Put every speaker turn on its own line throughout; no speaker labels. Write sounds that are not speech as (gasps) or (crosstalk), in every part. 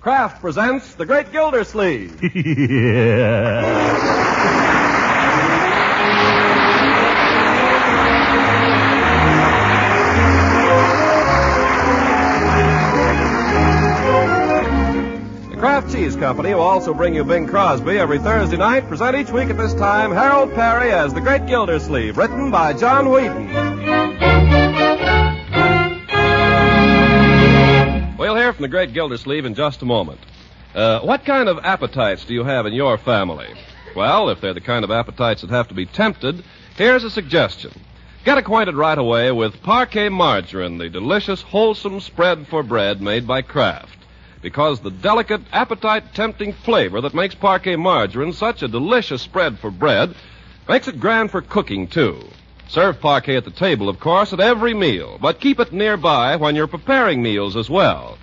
Kraft presents The Great Gildersleeve.
yeah.
The Kraft Cheese Company will also bring you Bing Crosby every Thursday night. Present each week at this time Harold Perry as The Great Gildersleeve, written by John Wheaton. We'll hear from The Great Gildersleeve in just a moment. Uh, what kind of appetites do you have in your family? Well, if they're the kind of appetites that have to be tempted, here's a suggestion. Get acquainted right away with parquet margarine, the delicious, wholesome spread for bread made by Kraft because the delicate, appetite tempting flavor that makes parquet margarine such a delicious spread for bread makes it grand for cooking, too. Serve parquet at the table, of course, at every meal, but keep it nearby when you're preparing meals as well.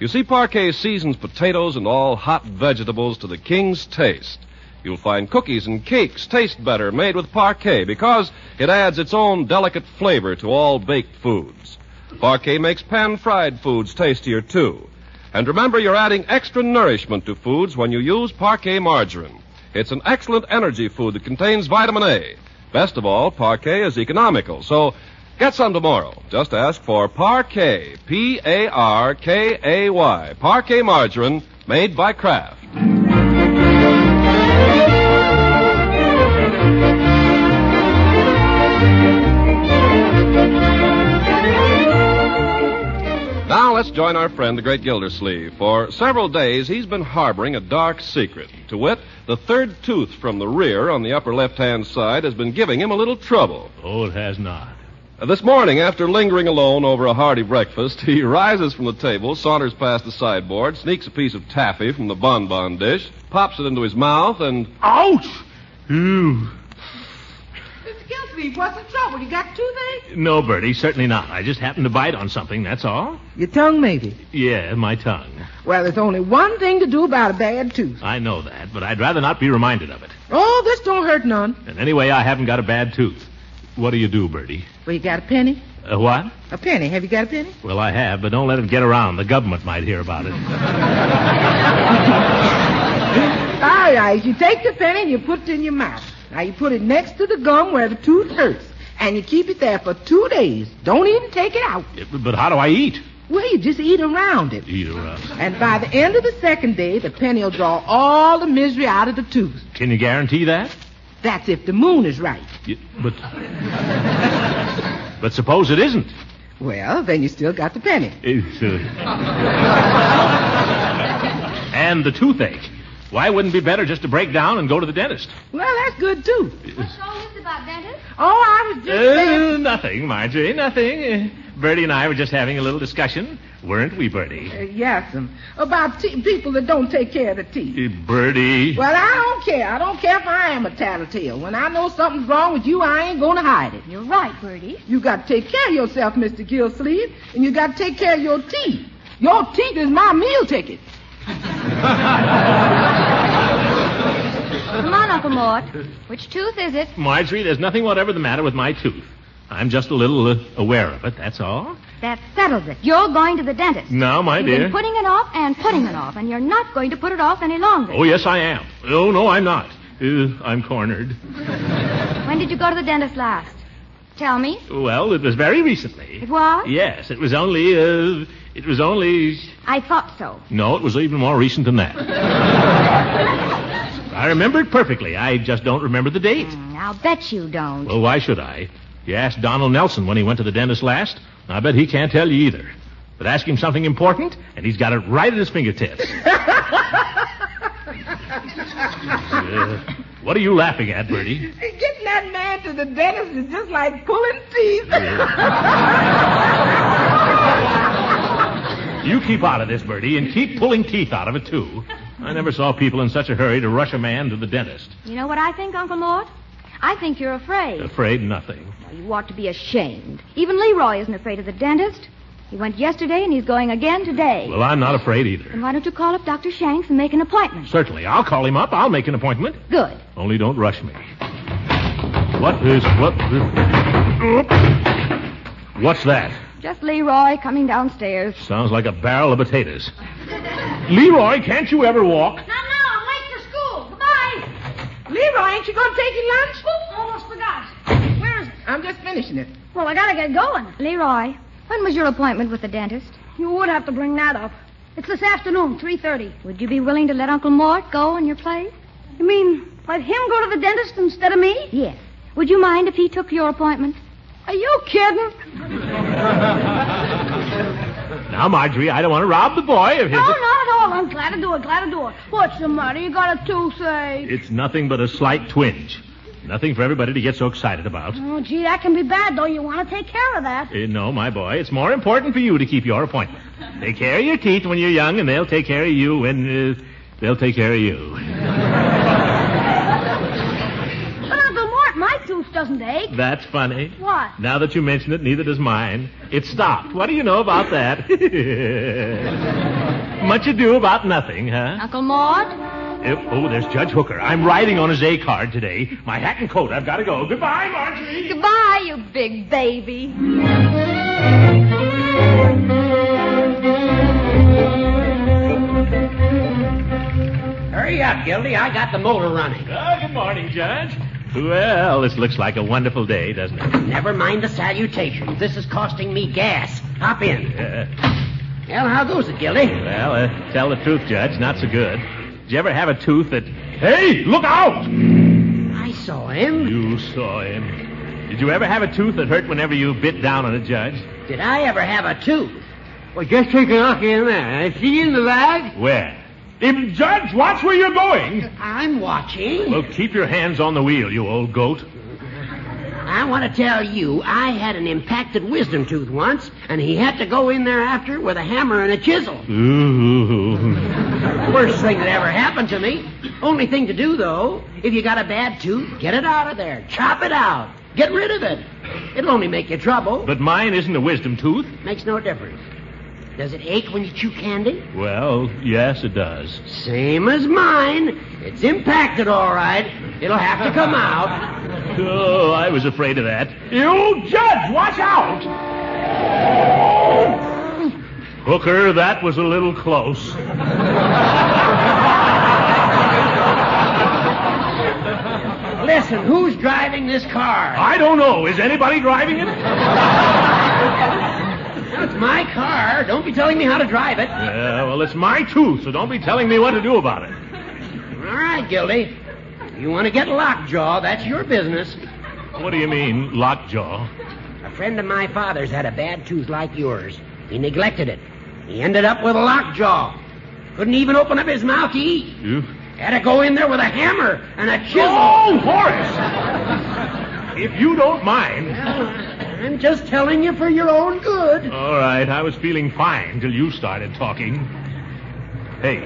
You see, parquet seasons potatoes and all hot vegetables to the king's taste. You'll find cookies and cakes taste better made with parquet because it adds its own delicate flavor to all baked foods. Parquet makes pan fried foods tastier, too. And remember, you're adding extra nourishment to foods when you use parquet margarine. It's an excellent energy food that contains vitamin A. Best of all, parquet is economical, so get some tomorrow. Just ask for parquet, P A R K A Y, parquet margarine made by Kraft. Now let's join our friend, the great Gildersleeve. For several days, he's been harboring a dark secret. To wit, the third tooth from the rear on the upper left hand side has been giving him a little trouble.
Oh, it has not.
Uh, This morning, after lingering alone over a hearty breakfast, (laughs) he rises from the table, saunters past the sideboard, sneaks a piece of taffy from the bonbon dish, pops it into his mouth, and.
Ouch! Ew.
Mr. Gillespie, what's the trouble? You got toothache?
No, Bertie, certainly not. I just happened to bite on something, that's all.
Your tongue, maybe.
Yeah, my tongue.
Well, there's only one thing to do about a bad tooth.
I know that, but I'd rather not be reminded of it.
Oh, this don't hurt none.
And anyway, I haven't got a bad tooth. What do you do, Bertie?
Well, you got a penny?
Uh, what?
A penny. Have you got a
(laughs)
penny?
Well, I have, but don't let it get around. The government might hear about it.
All right. You take the penny and you put it in your mouth. Now you put it next to the gum where the tooth hurts, and you keep it there for two days. Don't even take it out.
Yeah, but- but how do I eat?
Well, you just eat around it.
Eat around.
And by the end of the second day, the penny will draw all the misery out of the tooth.
Can you guarantee that?
That's if the moon is right.
Yeah, but. but suppose it isn't.
Well, then you still got the penny.
It's, uh, and the toothache. Why wouldn't it be better just to break down and go to the dentist?
Well, that's good too.
What's all this about dentist?
Oh, I was just saying.
Uh, nothing, Marjorie, nothing. Uh, Bertie and I were just having a little discussion, weren't we, Bertie?
Uh, Yes, um, about te- people that don't take care of the teeth.
Uh, Bertie.
Well, I don't care. I don't care if I am a tattletale. When I know something's wrong with you, I ain't going to hide it.
You're right, Bertie.
You got to take care of yourself, Mr. Gillsleeve, and you got to take care of your teeth. Your teeth is my meal (laughs) ticket.
Come on, Uncle Mort. Which tooth is it?
Marjorie, there's nothing whatever the matter with my tooth. I'm just a little uh, aware of it, that's all.
That settles it. You're going to the dentist.
Now, Mm, my
You've
dear.
been putting it off and putting it off, and you're not going to put it off any longer.
Oh, yes, I am. Oh, no, I'm not. Uh, I'm cornered.
When did you go to the dentist last? Tell me.
Well, it was very recently.
It was?
Yes, it was only, uh, it was only.
I thought
(laughs)
so.
No, it was even more recent than that. I remember it perfectly. I just don't remember the date.
Mm, I'll bet you don't.
Well, why should I? You asked Donald Nelson when he went to the dentist last. and I bet he can't tell you either. But ask him something important, and he's got it right at his fingertips. Uh, what are you laughing at, Bertie?
Getting that man to the dentist is just like pulling teeth. (laughs)
You keep out of this, Bertie, and keep pulling teeth out of it, too. I never saw people in such a hurry to rush a man to the dentist.
You know what I think, Uncle Mort? I think you're afraid.
Afraid nothing.
Well, you ought to be ashamed. Even Leroy isn't afraid of the dentist. He went yesterday, and he's going again today.
Well, I'm not afraid
Then
either.
why don't you call up Dr. Shanks and make an appointment?
Certainly. I'll call him up. I'll make an appointment.
Good.
Only don't rush me. What is. What is. What's that?
Just Leroy coming downstairs.
Sounds like a barrel of potatoes. Leroy, can't you ever walk?
Not now. I'm late for school. Goodbye.
Leroy, ain't you gonna take your lunch?
Oops, almost forgot. Where is it?
I'm just finishing it.
Well, I gotta get going.
Leroy, when was your appointment with the dentist?
You would have to bring that up. It's this afternoon, 3.30.
Would you be willing to let Uncle Mort go in your place?
You mean let him go to the dentist instead of me?
Yes. Would you mind if he took your appointment?
Are you kidding?
Now, Marjorie, I don't want to rob the boy of his.
Oh, No, not at all. I'm glad to do it, glad to do it. What's the matter? You got a toothache.
It's nothing but a slight twinge. Nothing for everybody to get so excited about.
Oh, gee, that can be bad, though. You want to take care of (laughs) that.
Eh, no, my boy, it's more important for you to keep your appointment. Take care of your teeth when you're young, and they'll take care of you when uh, they'll take care of you.
But Uncle Mort, my tooth doesn't ache.
That's funny.
What?
Now that you mention it, neither does mine. It stopped. What do you know about that? (laughs) Much ado about nothing, huh?
Uncle Mort?
Eh, oh, there's Judge Hooker. I'm riding on his A card today. My hat and coat. I've got to go. Goodbye, Marjorie.
Goodbye, you big baby.
Hurry up, Gildy. I got the motor running.
Ah, good morning, Judge. Well, this looks like a wonderful day, doesn't it?
Never mind the salutations. This is costing me gas. Hop in.
Uh,
Well, how goes it, Gildy?
well, uh, tell the truth, Judge. Not so good. Did you ever have a tooth that. Hey, look out!
I saw him.
You saw him. Did you ever have a tooth that hurt whenever you bit down on a judge?
Did I ever have a tooth?
Well, just take a look in there. I see in the bag.
Where? If, judge, watch where you're going.
I'm watching.
Well, keep your hands on the wheel, you old goat.
I want to tell you, I had an impacted wisdom tooth once, and he had to go in there after with a hammer and a chisel.
(laughs)
Ooh.
Worst thing that ever happened to me. Only thing to do, though, if you got a bad tooth, get it out of there. Chop it out. Get rid of it. It'll only make you trouble.
But mine isn't a wisdom tooth.
Makes no difference. Does it ache when you chew candy?
Well, yes, it does.
Same as mine. It's impacted, all right. It'll have to come out.
Oh, I was afraid of that. (laughs) You judge, watch out! Hooker, that was a little close.
Listen, who's driving this car?
I don't know. Oh, Is anybody driving it?
It's my car. Don't be telling me how to drive it. All
Yeah, Uh, well, it's my tooth, so don't be telling me what to do about it.
right, Gildy. You want to get lockjaw, that's your business.
What do you mean, lockjaw?
A friend of my father's had a bad tooth like yours. He neglected it. He ended up with a lockjaw. Couldn't even open up his mouth to eat.
You?
Had to go in there with a hammer and a chisel.
Oh, Horace! if you don't mind.
I'm just telling you for your own good.
All right, I was feeling fine till you started talking. Hey,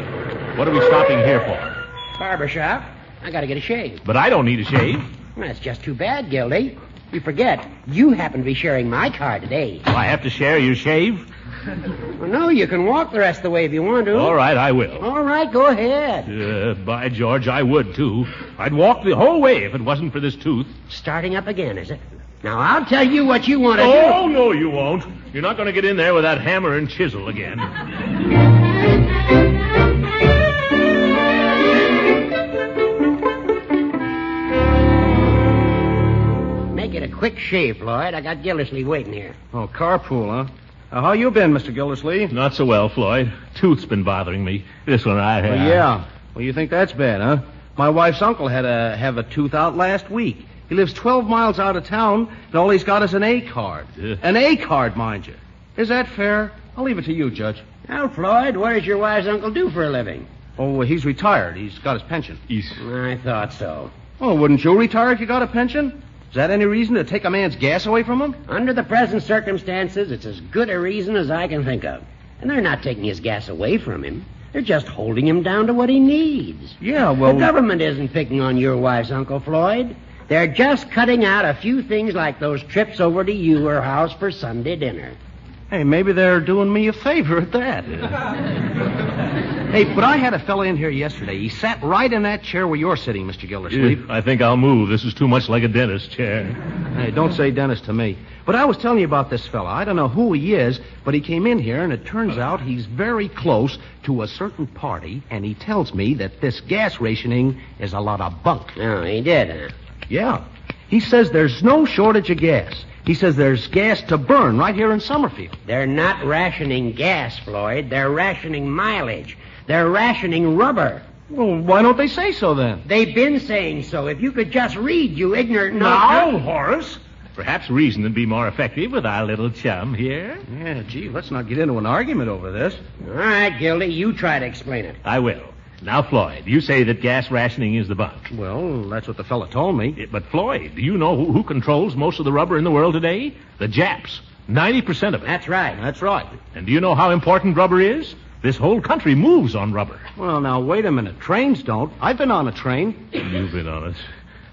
what are we stopping here for?
Barber shop. I gotta get a shave.
But I don't need a shave.
Well, that's just too bad, Gildy. You forget, you happen to be sharing my car today.
Do I have to share your shave?
Well, no, you can walk the rest of the way if you want to.
All right, I will.
All right, go ahead.
Uh, by George, I would too. I'd walk the whole way if it wasn't for this tooth.
Starting up again, is it? Now, I'll tell you what you want to
Oh, no, you won't. You're not going to get in there with that hammer and chisel again.
do. Make it a quick shave, Floyd. I got Gildersleeve waiting here.
Oh, carpool, huh? Uh, how you been, Mr. Gildersleeve?
Not so well, Floyd. Tooth's been bothering me. This one I uh, have.
Well, yeah. Well, you think that's bad, huh? My wife's uncle had a have a tooth out last week. He lives 12 miles out of town, and all he's got is an A card.
Yeah.
An A card, mind you. Is that fair? I'll leave it to you, Judge.
Now, Floyd, what does your wise uncle do for a living?
Oh, well, he's retired. He's got his pension.
He's-
I thought so.
Oh, wouldn't you retire if you got a pension? Is that any reason to take a man's gas away from him?
Under the present circumstances, it's as good a reason as I can think of. And they're not taking his gas away from him. They're just holding him down to what he needs.
Yeah,
the government isn't picking on your wives, Uncle Floyd. They're just cutting out a few things like those trips over to your house for Sunday dinner.
Hey, maybe they're doing me a favor at that. Hey, but I had a fella in here yesterday. He sat right in that chair where you're sitting, Mr. Gildersleeve.
I think I'll move. This is too much like a dentist chair.
Hey, don't say dentist to me. But I was telling you about this fella. I don't know who he is, but he came in here, and it turns out he's very close to a certain party, and he tells me that this gas rationing is a lot of bunk.
Oh, he did, huh?
Yeah. He says there's no shortage of gas. He says there's gas to burn right here in Summerfield.
They're not rationing gas, Floyd. They're rationing mileage. They're rationing rubber.
Well, why don't they say so then?
They've been saying so. If you could just read, you ignorant. Oh,
Horace.
Perhaps reason would be more effective with our little chum here.
Yeah, gee, let's not get into an argument over this.
All right, Gildy, you try to explain it.
I will. Now, Floyd, you say that gas rationing is the bunk.
Well, that's what the fella told me.
Eh, But, Floyd, do you know who, who controls most of the rubber in the world today? The Japs. 90% of it.
That's right.
That's right.
And do you know how important rubber is? This whole country moves on rubber.
Well, now, wait a minute. Trains don't. I've been on a train.
You've been on it.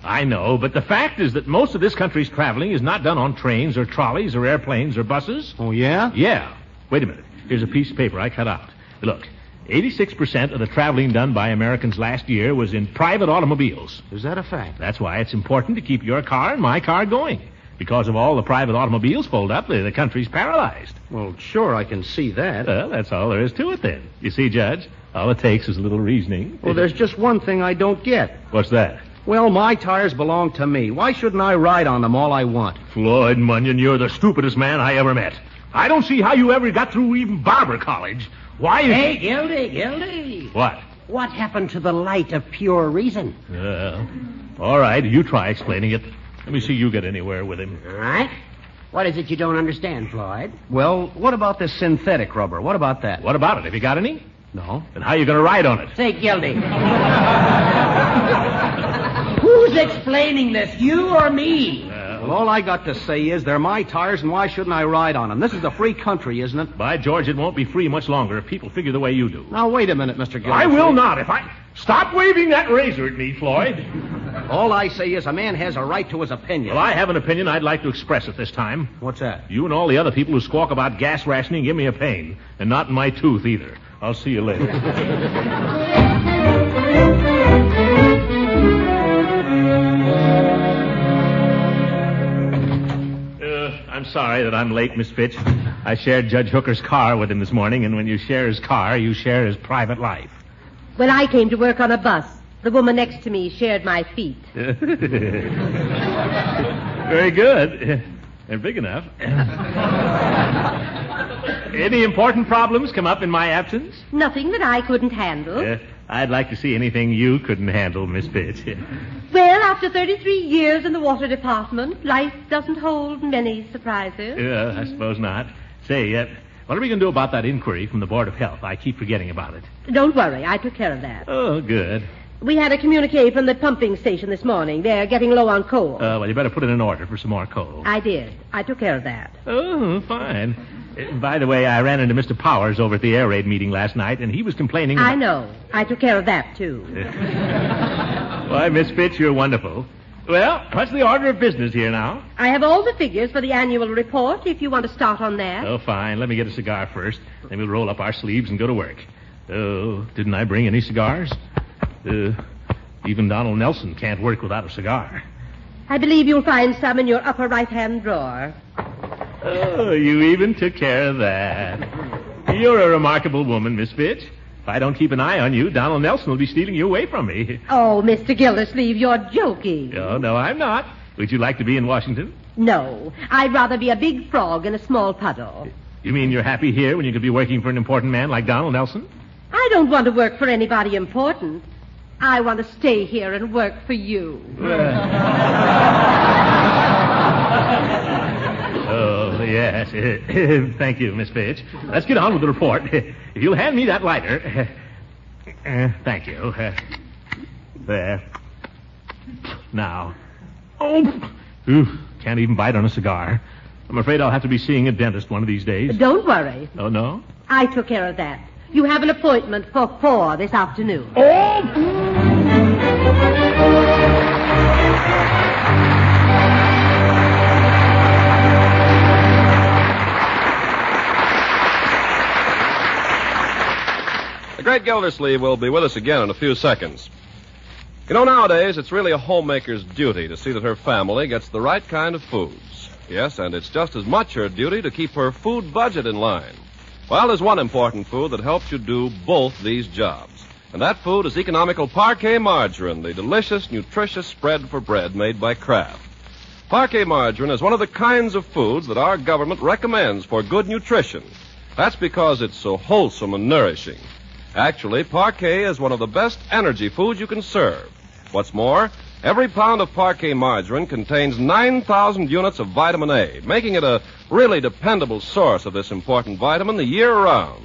I know, but the fact is that most of this country's traveling is not done on trains or trolleys or airplanes or buses.
Oh, yeah?
Yeah. Wait a minute. Here's a piece of paper I cut out. Look, 86% of the traveling done by Americans last year was in private automobiles.
Is that a fact?
That's why it's important to keep your car and my car going. Because if all the private automobiles fold up, the the country's paralyzed.
Well, sure, I can see that.
Well, that's all there is to it then. You see, Judge, all it takes is a little reasoning.
Well, there's just one thing I don't get.
What's that?
Well, my tires belong to me. Why shouldn't I ride on them all I want?
Floyd Munyon, you're the stupidest man I ever met. I don't see how you ever got through even barber college. Why is...
Hey, Gildy, Gildy.
What?
What happened to the light of pure reason?
Uh, all right, you try explaining it. Let me see you get anywhere with him.
All right. What is it you don't understand, Floyd?
Well, what about this synthetic rubber? What about that?
What about it? Have you got any?
No.
And how you going to ride on it?
(laughs)
Say, Gildy. Who's explaining this, you or me?
Well, all I got to say is they're my tires, and why shouldn't I ride on them? This is a free country, isn't it?
By George, it won't be free much longer if people figure the way you do.
Now, wait a minute, Mr. Gildersleeve.
I will not if I... Stop waving that razor at me, Floyd.
All I say is a man has a right to his opinion.
Well, I have an opinion I'd like to express at this time.
What's that?
You and all the other people who squawk about gas rationing give me a pain. And not in my tooth either. I'll see you later.
(laughs)
Uh, I'm sorry that I'm late, Miss Fitch. I shared Judge Hooker's car with him this morning, and when you share his car, you share his
(laughs)
private life.
When I came to work on a bus, the woman next to me shared my feet.
Very good. They're big enough. Any important problems come up in my absence?
Nothing that I couldn't handle.
Uh, I'd like to see anything you couldn't handle, Miss Pitts.
Well, after 33 years in the water department, life doesn't hold many surprises.
Uh, I suppose not. Say, uh, what are we going to do about that inquiry from the Board of Health? I keep forgetting about it.
Don't worry, I took care of that.
Oh, good.
We had a communique from the pumping station this morning. They're getting low on coal.
Uh, well, you better put in an order for some more coal.
I did. I took care of that.
Oh, fine. Uh, by the way, I ran into Mr. Powers over at the air raid meeting last night, and he was complaining.
I
about-
know. I took care of that, too.
(laughs) Why, Miss Fitch, you're wonderful. Well, what's the order of business here now?
I have all the figures for the annual report if you want to start on that.
Oh, fine. Let me get a cigar first. Then we'll roll up our sleeves and go to work. Oh, didn't I bring any cigars? Uh, even Donald Nelson can't work without a cigar.
I believe you'll find some in your upper right hand drawer.
Oh, you even took care of that. You're a remarkable woman, Miss Fitch. If I don't keep an eye on you, Donald Nelson will be stealing you away from me. (laughs)
Oh, Mr. Gildersleeve, you're joking.
Oh, no, I'm not. Would you like to be in Washington?
No, I'd rather be a big frog in a small puddle.
You mean you're happy here when you could be working for an important man like Donald Nelson?
I don't want to work for anybody important. I want to stay here and work for you.
Oh, yes. (laughs) Thank you, Miss Page. Let's get on with the report. (laughs) If you'll hand me that lighter. (laughs) Uh, thank you. (laughs) Uh, there. Now.
(laughs)
Oh, Ooh, can't even bite on a cigar. I'm afraid I'll have to be seeing a dentist one of these days.
Don't worry,
Oh, no?
I took care of that. You have an appointment for four this afternoon.
The Great Gildersleeve will be with us again in a few seconds. You know, nowadays, it's really a homemaker's duty to see that her family gets the right kind of foods. Yes, and it's just as much her duty to keep her food budget in line. Well, there's one important food that helps you do both these jobs. And that food is economical parquet margarine, the delicious, nutritious spread for bread made by Kraft. Parquet margarine is one of the kinds of foods that our government recommends for good nutrition. That's because it's so wholesome and nourishing. Actually, parquet is one of the best energy foods you can serve. What's more, every pound of parquet margarine contains 9,000 units of vitamin A, making it a really dependable source of this important vitamin the year round.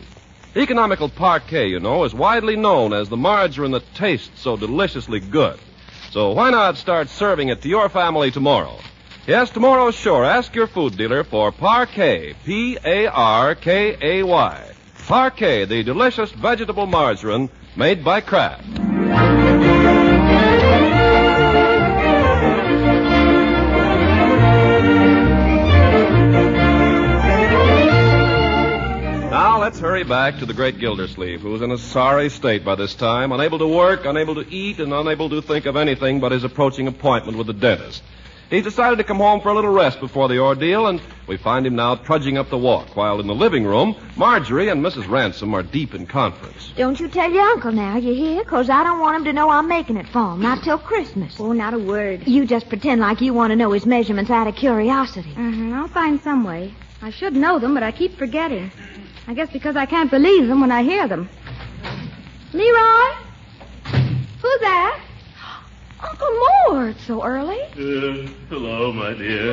Economical parquet, you know, is widely known as the margarine that tastes so deliciously good. So why not start serving it to your family tomorrow? Yes, tomorrow, sure. Ask your food dealer for Parquet, P A R K A Y. Parquet, the delicious vegetable margarine made by Kraft. Now let's hurry back to the great Gildersleeve, who's in a sorry state by this time, unable to work, unable to eat, and unable to think of anything but his approaching appointment with the dentist. He's decided to come home for a little rest before the ordeal, and we find him now trudging up the walk, while in the living room, Marjorie and Mrs. Ransom are deep in conference.
Don't you tell your uncle now, you hear? 'Cause I don't want him to know I'm making it for him, not till Christmas.
Oh, not a word.
You just pretend like you want to know his measurements out of curiosity.
Uh-huh. I'll find some way. I should know them, but I keep forgetting. I guess because I can't believe them when I hear them. Leroy? Who's that? (gasps) Uncle Moore, it's so early.
Uh, hello, my dear. (laughs)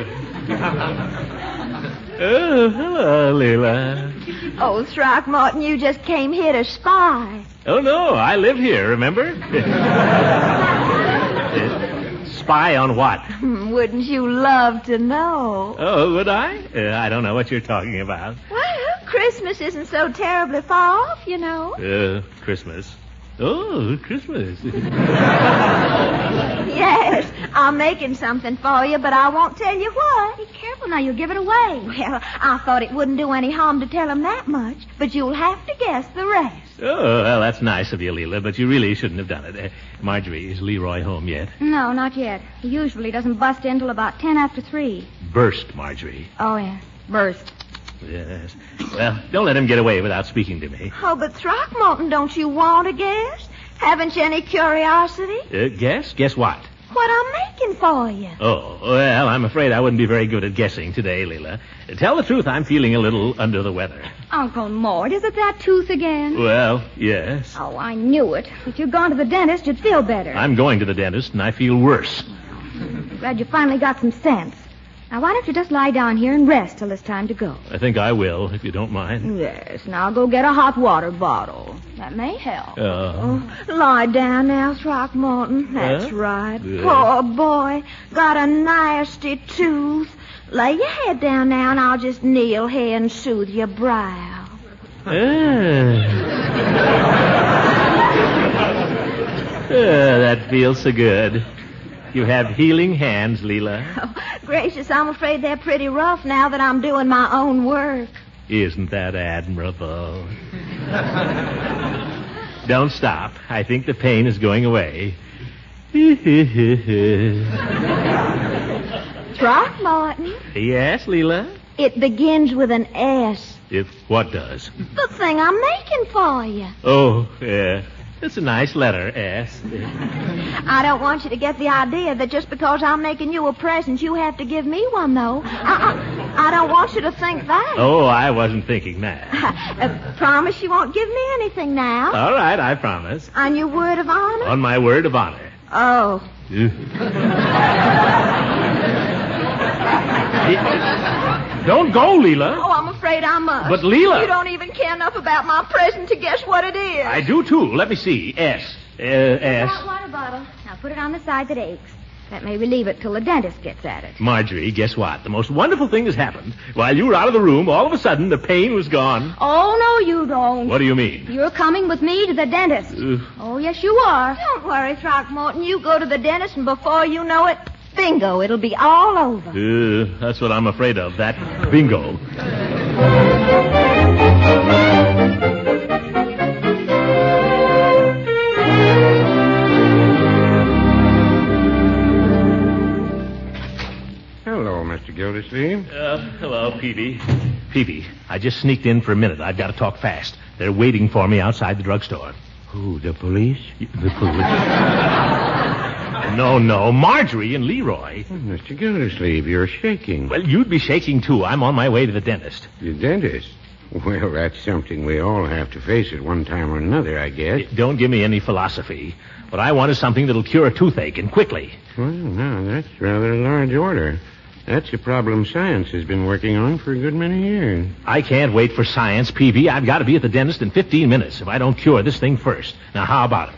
oh, hello, Leela.
Oh, Throckmorton, you just came here to spy.
Oh, no, I live here, remember? (laughs) Spy on what?
Hmm, Wouldn't you love to know?
Oh, would I? Uh, I don't know what you're talking about.
Well, Christmas isn't so terribly far off, you know.
Uh, Christmas. Oh, Christmas. (laughs)
Yes, I'm making something for you, but I won't tell you what. Be careful now, you'll give it away. Well, I thought it wouldn't do any harm to tell him that much, but you'll have to guess the rest.
oh, well, that's nice of you, Leela, but you really shouldn't have done it. Uh, Marjorie, is Leroy home yet?
No, not yet. He usually doesn't bust in till about ten after three.
Burst, Marjorie.
Oh, yeah. Burst.
Yes. Well, don't let him get away without speaking to me.
Oh, but Throckmorton, don't you want to guess? Haven't you any curiosity?
Uh, guess? Guess what?
What I'm making for you.
Oh, well, I'm afraid I wouldn't be very good at guessing today, Leela. To tell the truth, I'm feeling a little under the weather.
Uncle Mort, is it that tooth again?
Well, yes.
Oh, I knew it. If you'd gone to the dentist, you'd feel better.
I'm going to the dentist, and I feel worse.
Glad you finally got some sense. Now, why don't you just lie down here and rest till it's time to go?
I think I will, if you don't mind.
Yes, now go get a hot water bottle. That may help.
Uh,
Lie down now, Throckmorton. That's
Huh?
right.
Yeah.
Poor boy. Got a nasty tooth. Lay your head down now, and I'll just kneel here and soothe your brow.
Ah. Ah, that feels so good. You have healing hands, Leela.
Oh, gracious, I'm afraid they're pretty rough now that I'm doing my own work.
Isn't that admirable? Don't stop. I think the pain is going away. (laughs) yes,
Throckmorton,
Leela?
it begins with an S.
If what does?
The thing I'm making for you.
Oh, yeah. It's a nice letter, eh? S.
I don't want you to get the idea that just because I'm making you a present, you have to give me one, though. I, I, I don't want you to think that.
Oh, I wasn't thinking that.
(laughs) Uh, promise you won't give me anything now.
All right, I promise.
On your word of honor?
On my word of honor.
Oh.
Don't go, Leela.
Oh, I'm afraid I must.
But, Leela-
You don't even care enough about my present to guess what it is.
I do too. Let me see. S. Uh,
Hot
S.
water bottle. Now put it on the side that aches. That may relieve it till the dentist gets at it.
Marjorie, guess what? The most wonderful thing has happened. While you were out of the room, all of a sudden the pain was gone.
Oh, no, you don't.
What do you mean?
You're coming with me to the dentist.
Uh,
Oh, yes, you are.
Don't worry, Throckmorton. You go to the dentist, and before you know it, bingo, it'll be all over.
uh, that's what I'm afraid of. That bingo.
Now, you see?
Uh, hello, Peavy. Peavy, I just sneaked in for a minute. I've got to talk fast. They're waiting for me outside the drugstore.
Who, the police? The police.
No, no, Marjorie and Leroy.
Mr. Oh, Gildersleeve, you're shaking.
Well, you'd be shaking too. I'm on my way to the dentist.
The dentist? Well, that's something we all have to face at one time or another, I guess.
Don't give me any philosophy. What I want is something that'll cure a toothache and quickly.
Well, now, that's rather a large order. That's a problem science has been working on for a good many years.
I can't wait for science, PV. I've got to be at the dentist in 15 minutes if I don't cure this thing first. Now, how about it?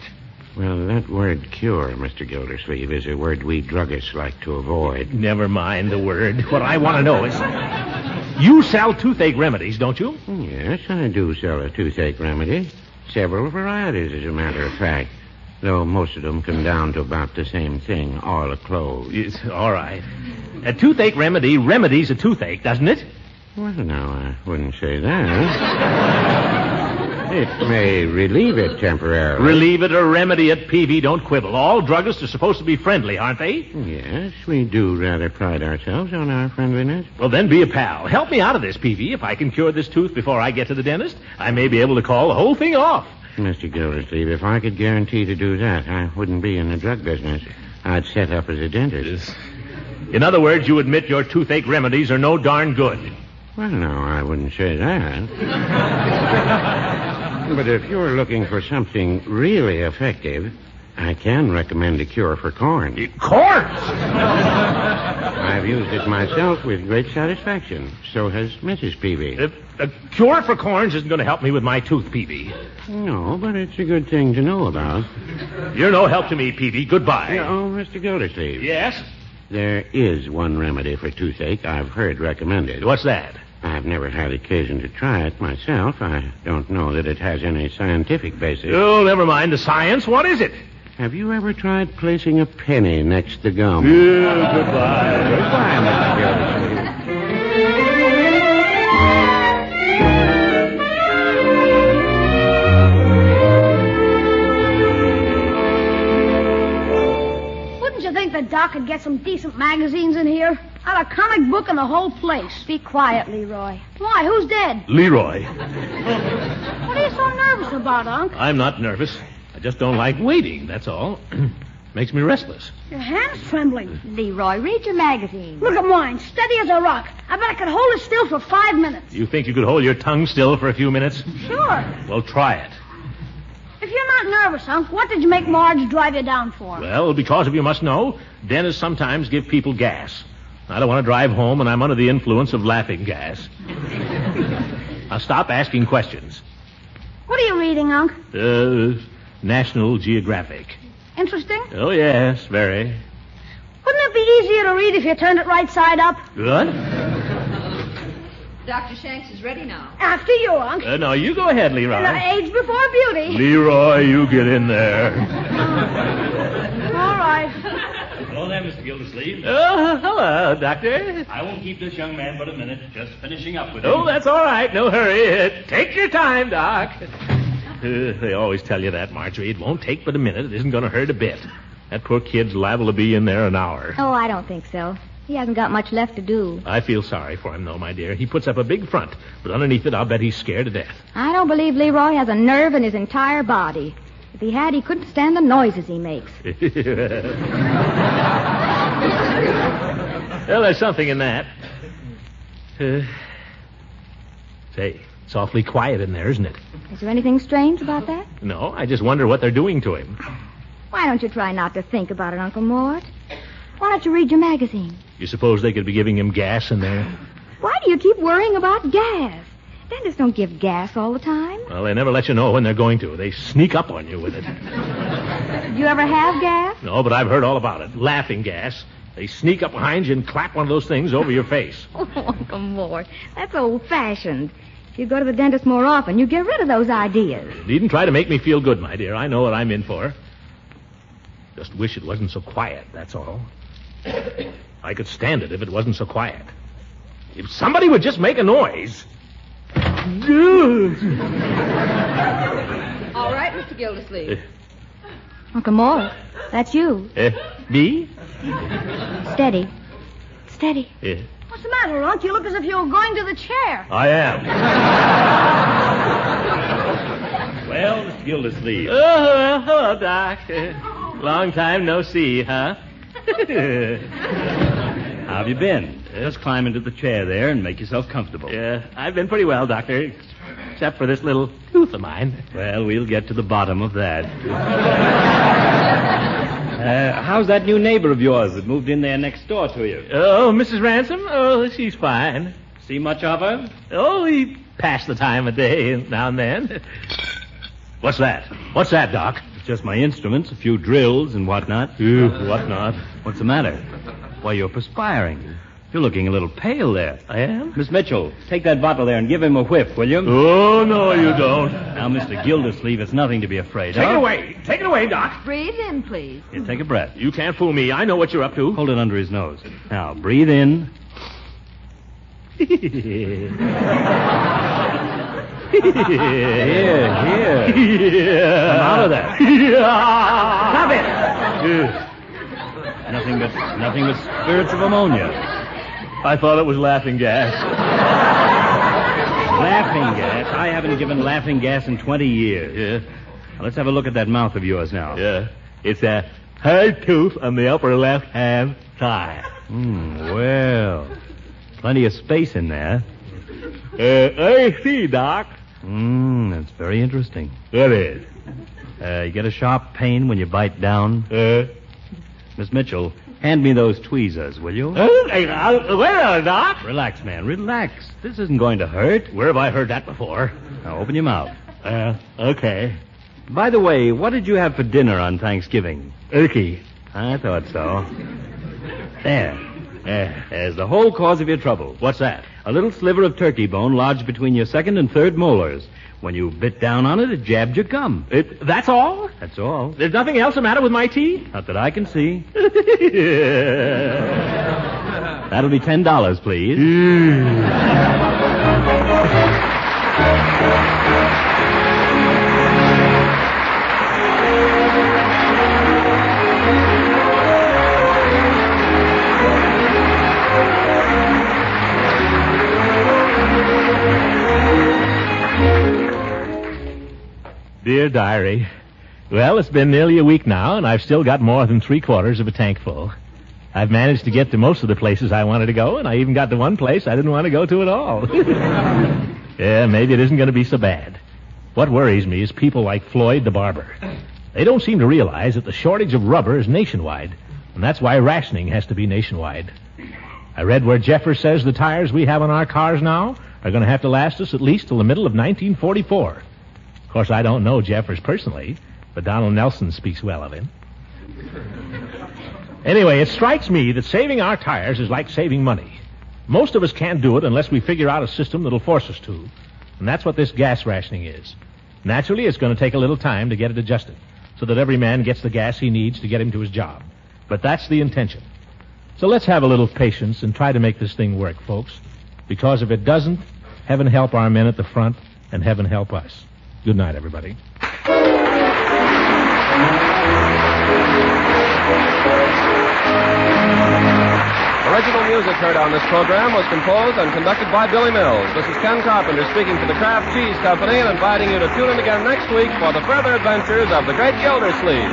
Well, that word cure, Mr. Gildersleeve, is a word we druggists like to avoid.
Never mind the word. What I want to know is. You sell toothache remedies, don't you?
Yes, I do sell a toothache remedy. Several varieties, as a matter of fact. Though most of them come down to about the same thing, all a close.
Yes, all right. A toothache remedy remedies a toothache, doesn't it?
Well, now, I wouldn't say that. it may relieve it temporarily.
Relieve it or remedy it, PV. Don't quibble. All druggists are supposed to be friendly, aren't they?
Yes, we do rather pride ourselves on our friendliness.
Well, then be a pal. Help me out of this, PV. If I can cure this tooth before I get to the dentist, I may be able to call the whole thing off.
Mr. Gildersleeve, if I could guarantee to do that, I wouldn't be in the drug business. I'd set up as a dentist.
In other words, you admit your toothache remedies are no darn good.
Well, no, I wouldn't say that. but if you're looking for something really effective, I can recommend a cure for corn.
Corns!
I've used it myself with great satisfaction. So has Mrs. Peavy.
A, a Uh, cure for corns isn't going to help me with my tooth, PV.
No, but it's a good thing to know about.
You're no help to me, PV. Goodbye.
Oh, Mr. Gildersleeve.
Yes?
There is one remedy for toothache I've heard recommended.
What's that?
I've never had occasion to try it myself. I don't know that it has any scientific basis.
Oh, never mind the science. What is it?
Have you ever tried placing a penny next to gum?
goodbye.
Why, Mr. Gildersleeve?
Wouldn't you think the doc could get some decent magazines in here? Out a comic book and the whole place.
Be quiet, Leroy.
Why, who's dead?
Leroy,
What are you so nervous about, Unc?
I'm not nervous. I just don't like waiting, that's all. (clears throat) Makes me restless.
Your hand's trembling.
Leroy, read your magazine.
Look at mine, steady as a rock. I bet I could hold it still for five minutes.
You think you could hold your tongue still for a few minutes?
Sure.
Well, try it.
If you're not nervous, Unc, what did you make Marge drive you down for?
Well, because of you must know, dentists sometimes give people gas. I don't want to drive home, and I'm under the influence of laughing gas. now stop asking questions.
What are you reading, Unc?
Uh, National Geographic.
Interesting?
Oh, yes, very.
Wouldn't it be easier to read if you turned it right side up?
Good.
Dr. Shanks is ready now.
After you, Unc.
Uh, now you go ahead,
Now,
Leroy.
Age before beauty.
Leroy, you get in there.
All right.
Hello there, Mr. Gildersleeve.
Oh, hello, Doctor.
I won't keep this young man but a minute. Just finishing up with him.
Oh, that's all right. No hurry. Uh, Take your time, Doc. Uh, they always tell you that, Marjorie. It won't take but a minute. It isn't going to hurt a bit. That poor kid's liable to be in there an hour.
Oh, I don't think so. He hasn't got much left to do.
I feel sorry for him, though, my dear. He puts up a big front, but underneath it, I'll bet he's scared to death. (laughs)
I don't believe Leroy has a nerve in his entire body. If he had, he couldn't stand the noises he makes.
Well, there's something in that. Uh, say, it's awfully quiet in there, isn't it?
Is there anything strange about that?
No, I just wonder what they're doing to him.
Why don't you try not to think about it, Uncle Mort? Why don't you read your magazine?
You suppose they could be giving him gas in there?
Why do you keep worrying about gas? Dentists don't give gas all the time.
Well, they never let you know when they're going to. They sneak up on you with it.
Did you ever have gas? (laughs)
No, but I've heard all about it. Laughing gas. They sneak up behind you and clap one of those things over your face.
Oh, Uncle Mort, that's old-fashioned. If you go to the dentist more often, you get rid of those ideas.
Needn't try to make me feel good, my dear. I know what I'm in for. Just wish it wasn't so quiet, that's all. (coughs) I could stand it if it wasn't so quiet. If somebody would just make a noise.
All right, Mr.
Eh.
Gildersleeve.
Uncle Mort, that's you.
Eh, me?
Steady. Steady.
Eh,
What's the matter, Unc? You look as if you were going to the chair.
I am. Well, Mr. Gildersleeve.
Oh, hello, Doc. Uh, Long time no see, huh?
(laughs) How have you been? Just climb into the chair there and make yourself comfortable.
Yeah, I've been pretty well, Doctor, except for this little tooth of mine.
Well, we'll get to the bottom of that. (laughs) Uh, how's that new neighbor of yours that moved in there next door to you?
Oh, Mrs. Ransom? Oh, she's fine.
See much of her?
Oh, we pass the time of day now and then. What's that? What's that, Doc?
Just my instruments, a few drills and whatnot.
Ooh, whatnot.
What's the matter? Why, you're perspiring. You're looking a little pale there.
I am?
Miss Mitchell, take that bottle there and give him a whiff, will you?
Oh, no, you don't.
Now, Mr. Gildersleeve, it's nothing to be afraid
Take
of.
it away. Take it away, Doc.
Breathe in, please.
Here, take a breath.
You can't fool me. I know what you're up to.
Hold it under his nose. Now,
(laughs)
breathe in. (laughs) Here, here. (laughs) Come out of there. Stop it. nothing but nothing but spirits of ammonia.
I thought it was laughing gas.
Laughing gas. I haven't given laughing gas in 20 years.
Yeah.
Now, let's have a look at that mouth of yours now.
Yeah. It's a hard tooth on the upper left hand thigh.
Hmm, well, plenty of space in there.
Uh, I see, Doc.
Mmm, that's very interesting.
That is.
Uh, you get a sharp pain when you bite down.
Uh,
Miss Mitchell, hand me those tweezers, will you?
okay, Uh, I'll- well, Doc.
Relax, man, relax. This isn't going to hurt.
Where have I heard that before?
Now open your mouth.
Uh, okay.
By the way, what did you have for dinner on Thanksgiving?
Irky.
I thought so. There. There. There's the whole cause of your trouble. What's that? A little sliver of turkey bone lodged between your second and third molars. When you bit down on it, it jabbed your gum.
It, that's all?
That's all.
There's nothing else the matter with my teeth?
Not that I can see. (laughs) That'll be ten dollars, please.
Hmm. Dear diary. Well, it's been nearly a week now, and I've still got more than three quarters of a tank full. I've managed to get to most of the places I wanted to go, and I even got to one place I didn't want to go to at all. yeah, maybe it isn't going to be so bad. What worries me is people like Floyd the barber. They don't seem to realize that the shortage of rubber is nationwide, and that's why rationing has to be nationwide. I read where Jeffers says the tires we have on our cars now are going to have to last us at least till the middle of 1944. Of course, I don't know Jeffers personally, but Donald Nelson speaks well of him. Anyway, it strikes me that saving our tires is like saving money. Most of us can't do it unless we figure out a system that'll force us to. And that's what this gas rationing is. Naturally, it's going to take a little time to get it adjusted so that every man gets the gas he needs to get him to his job. But that's the intention. So let's have a little patience and try to make this thing work, folks. Because if it doesn't, heaven help our men at the front and heaven help us. Good night, everybody.
Original music heard on this program was composed and conducted by Billy Mills. This is Ken Carpenter speaking for the Kraft Cheese Company and inviting you to tune in again next week for the further adventures of the Great Gildersleeve.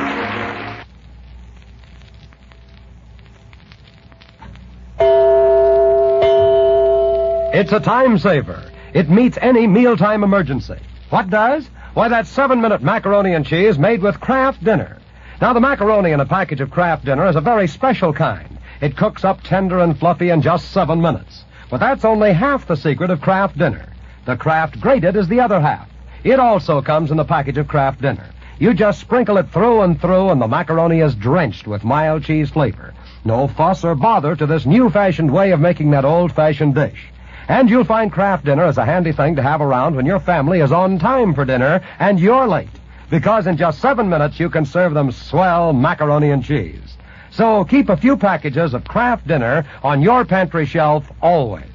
It's a time saver. It meets any mealtime emergency. What does? Why, that seven minute macaroni and cheese made with Kraft Dinner. Now, the macaroni in a package of Kraft Dinner is a very special kind. It cooks up tender and fluffy in just seven minutes. But that's only half the secret of Kraft Dinner. The Kraft grated is the other half. It also comes in a package of Kraft Dinner. You just sprinkle it through and through, and the macaroni is drenched with mild cheese flavor. No fuss or bother to this new fashioned way of making that old fashioned dish. And you'll find Kraft Dinner as a handy thing to have around when your family is on time for dinner and you're late. Because in just seven minutes you can serve them swell macaroni and cheese. So keep a few packages of Kraft Dinner on your pantry shelf always.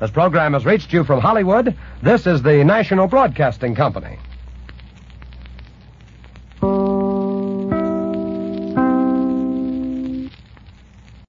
This program has reached you from Hollywood. This is the National Broadcasting Company.